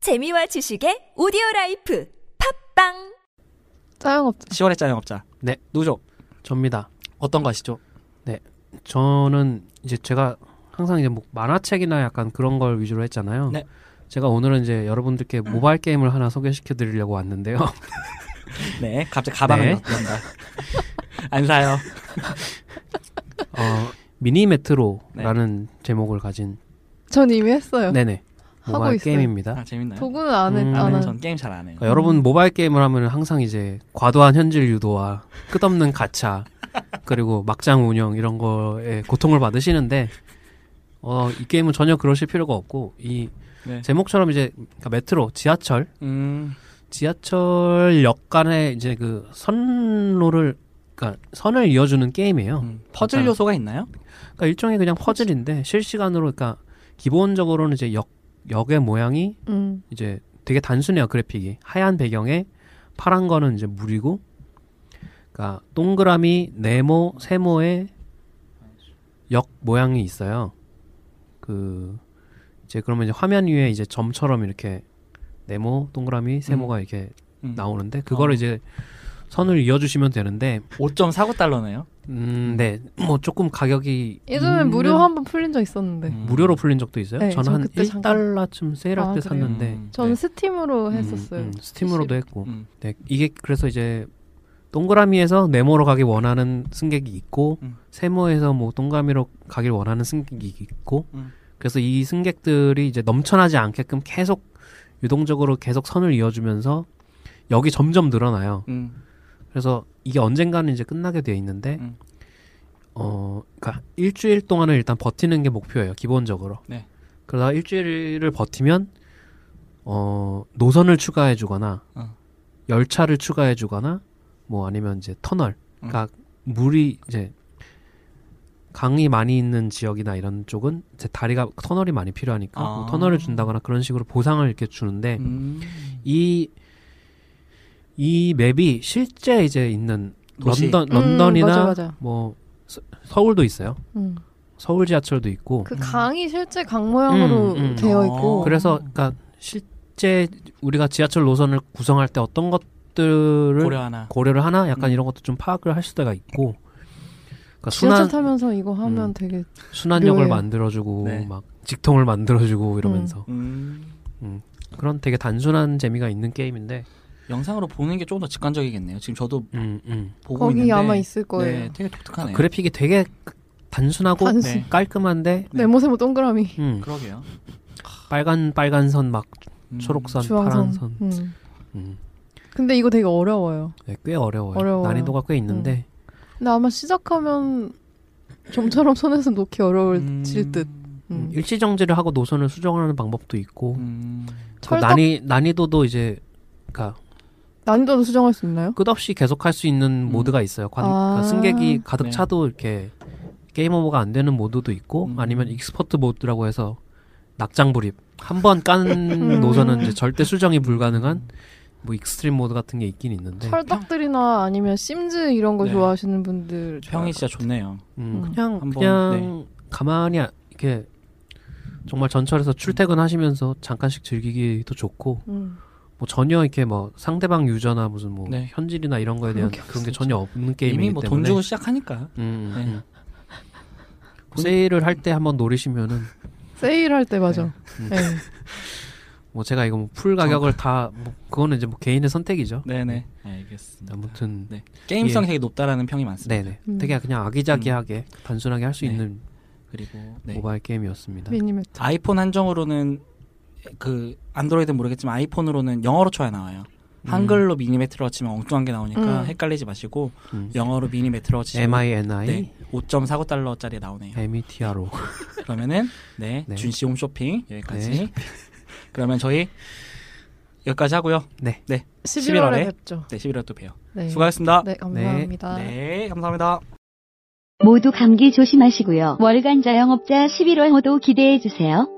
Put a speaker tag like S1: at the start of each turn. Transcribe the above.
S1: 재미와 지식의 오디오 라이프 팝빵
S2: 짜영업
S3: 10월의 짜영업자
S4: 네.
S3: 노조
S4: 접니다. 어떤 거 아시죠? 네. 저는 이제 제가 항상 이제 뭐 만화책이나 약간 그런 걸 위주로 했잖아요.
S3: 네.
S4: 제가 오늘은 이제 여러분들께 모바일 게임을 하나 소개시켜 드리려고 왔는데요.
S2: 어.
S3: 네 갑자기 가방을
S4: 네.
S3: 엮는다 안 사요
S4: 어, 미니 메트로라는 제목을 가진
S2: 전 이미 했어요.
S4: 네네
S2: 네. 하고
S4: 모바일
S2: 있어요.
S4: 게임입니다.
S3: 아 재밌나요?
S2: 도구는 안
S4: 음,
S2: 했잖아.
S3: 안 해요.
S4: 안
S3: 전 게임 잘 안 해요
S2: 음.
S4: 그러니까 여러분 모바일 게임을 하면 항상 이제 과도한 현질 유도와 끝없는 가차 그리고 막장 운영 이런 거에 고통을 받으시는데 어, 이 게임은 전혀 그러실 필요가 없고 이
S3: 네.
S4: 제목처럼 이제 그러니까 메트로 지하철
S3: 음,
S4: 지하철역 간에 이제 그 선로를 그러니까 선을 이어주는 게임이에요.
S3: 음. 퍼즐 요소가 있나요?
S4: 그러니까 일종의 그냥 퍼즐인데 실시간으로 그러니까 기본적으로는 이제 역 역의 모양이
S2: 음.
S4: 이제 되게 단순해요 그래픽이 하얀 배경에 파란 거는 이제 물이고 그러니까 동그라미 네모 세모의 역 모양이 있어요 그 이제 그러면 이제 화면 위에 이제 점처럼 이렇게 네모 동그라미 세모가 이렇게
S3: 음.
S4: 나오는데 그거를
S3: 어.
S4: 이제 선을 이어주시면 되는데
S3: 5.49달러네요
S4: 음네뭐 조금 가격이
S2: 예전에
S4: 있는-
S2: 무료 한 번 풀린 적 있었는데.
S4: 무료로 풀린 적도 있어요
S2: 네,
S4: 저는
S2: 저
S4: 한
S2: 그때 잠깐-
S4: 1달러쯤 세일할
S2: 아,
S4: 때
S2: 그래요?
S4: 샀는데
S2: 전 스팀으로 했었어요.
S4: 음, 음, 스팀으로도 했고
S3: 네. 음.
S4: 네, 이게 그래서 이제 동그라미에서 네모로 가길 원하는 승객이 있고
S3: 음.
S4: 세모에서 뭐 동그라미로 가길 원하는 승객이 있고
S3: 음.
S4: 그래서 이 승객들이 이제 넘쳐나지 않게끔 계속 유동적으로 계속 선을 이어주면서 역이 점점 늘어나요.
S3: 음.
S4: 그래서 이게 언젠가는 이제 끝나게 돼 있는데
S3: 음.
S4: 어 그러니까 일주일 동안을 일단 버티는 게 목표예요 기본적으로.
S3: 네.
S4: 그러다 일주일을 버티면 어 노선을 추가해주거나
S3: 어.
S4: 열차를 추가해주거나 뭐 아니면 이제 터널,
S3: 음.
S4: 그러니까 물이 이제 강이 많이 있는 지역이나 이런 쪽은 이제 다리가 터널이 많이 필요하니까
S3: 아.
S4: 뭐 터널을 준다거나 그런 식으로 보상을 이렇게 주는데
S3: 음.
S4: 이, 이 맵이 실제 이제 있는
S3: 도시.
S4: 런던,
S2: 음,
S4: 런던이나
S2: 맞아, 맞아.
S4: 뭐 서, 서울도 있어요.
S2: 음.
S4: 서울 지하철도 있고.
S2: 그
S3: 음.
S2: 강이 실제 강 모양으로
S4: 음, 음.
S2: 되어
S3: 어.
S2: 있고.
S3: 그래-
S4: 그래서 그러니까 실제 우리가 지하철 노선을 구성할 때 어떤 것들을
S3: 고려하나
S4: 고려를 하나 약간
S3: 음.
S4: 이런 것도 좀 파악을 할 수가 있고. 그러니까
S2: 지하철
S4: 순환
S2: 타면서 이거 하면
S4: 음.
S2: 되게
S4: 순환역을
S2: 묘해요.
S4: 만들어주고
S3: 네.
S4: 막 직통을 만들어주고 이러면서
S3: 음.
S4: 그런 되게 단순한 재미가 있는 게임인데
S3: 영상으로 보는 게 조금 더 직관적이겠네요 지금 저도
S4: 음, 음.
S3: 보고
S2: 거기
S3: 있는데
S2: 아마 있을 거예요.
S3: 네, 되게 독특하네요
S4: 아, 그래픽이 되게 단순하고
S2: 단순.
S3: 네.
S4: 깔끔한데
S3: 네.
S2: 네모세모 동그라미.
S4: 음,
S3: 그러게요
S4: 빨간 빨간 선 막
S3: 음.
S4: 초록선
S2: 주황선.
S4: 파란 선
S2: 음.
S4: 음.
S2: 근데 이거 되게 어려워요.
S4: 네, 꽤 어려워요.
S2: 어려워요.
S4: 난이도가 꽤 있는데
S2: 근데 아마 시작하면 좀처럼 손에서 놓기 어려워질
S3: 음.
S2: 듯. 음.
S4: 일시정지를 하고 노선을 수정하는 방법도 있고
S3: 음.
S4: 그
S2: 철덕
S4: 난이 난이도도 이제 그러니까
S2: 난이도도 수정할 수 있나요?
S4: 끝없이 계속할 수 있는
S3: 음.
S4: 모드가 있어요. 관-
S2: 아.
S4: 그러니까 승객이 가득
S3: 네.
S4: 차도 이렇게 게임 오버가 안 되는 모드도 있고
S3: 음.
S4: 아니면 익스퍼트 모드라고 해서 낙장불입 한 번 깐
S2: 음.
S4: 노선은 이제 절대 수정이 불가능한 뭐 익스트림 모드 같은 게 있긴 있는데
S2: 철덕들이나 아니면 심즈 이런 거
S3: 네.
S2: 좋아하시는 분들
S3: 평이 진짜 좋네요
S4: 음,
S2: 음.
S4: 그냥
S3: 한번, 네.
S4: 그냥 가만히 아- 이렇게 정말 전철에서 출퇴근하시면서 잠깐씩 즐기기도 좋고
S2: 음.
S4: 뭐 전혀 이렇게 뭐 상대방 유저나 무슨 뭐
S3: 네.
S4: 현질이나 이런 거에 대한
S2: 그런 게
S4: 그런 게 전혀 없는 게임이기
S3: 이미 뭐 돈
S4: 때문에
S3: 주고 시작하니까
S4: 음,
S3: 네.
S4: 음. 세일을 할 때 한번 노리시면은
S2: 세일할 때 맞아. 네.
S4: 뭐 제가 이거 뭐 풀 가격을 다 뭐 그거는 이제 뭐 개인의 선택이죠.
S3: 네네 알겠습니다
S4: 아무튼
S3: 네. 게임성이
S4: 예.
S3: 되게 높다라는 평이 많습니다
S4: 네네
S2: 음.
S4: 되게 그냥 아기자기하게 단순하게 할 수
S3: 네.
S4: 있는
S3: 그리고 네.
S4: 모바일 게임이었습니다.
S2: 미니맵.
S3: 아이폰 한정으로는 그 안드로이드는 모르겠지만 아이폰으로는 영어로 쳐야 나와요. 한글로 미니메트로 치면 엉뚱한 게 나오니까
S2: 음.
S3: 헷갈리지 마시고
S4: 음.
S3: 영어로 미니메트로 치면
S4: M I N I
S3: 네, 5.49달러짜리 나오네요.
S4: M E T R O
S3: 그러면은 네,
S4: 네.
S3: 준씨 홈쇼핑 여기까지.
S4: 네.
S3: 그러면 저희 여기까지 하고요. 11월
S2: 11월에
S3: 에?
S2: 뵙죠.
S3: 네, 11월 또 봬요.
S2: 네.
S3: 수고하셨습니다.
S2: 네, 감사합니다.
S3: 네, 감사합니다.
S5: 모두 감기 조심하시고요. 월간 자영업자 11월 호도 기대해 주세요.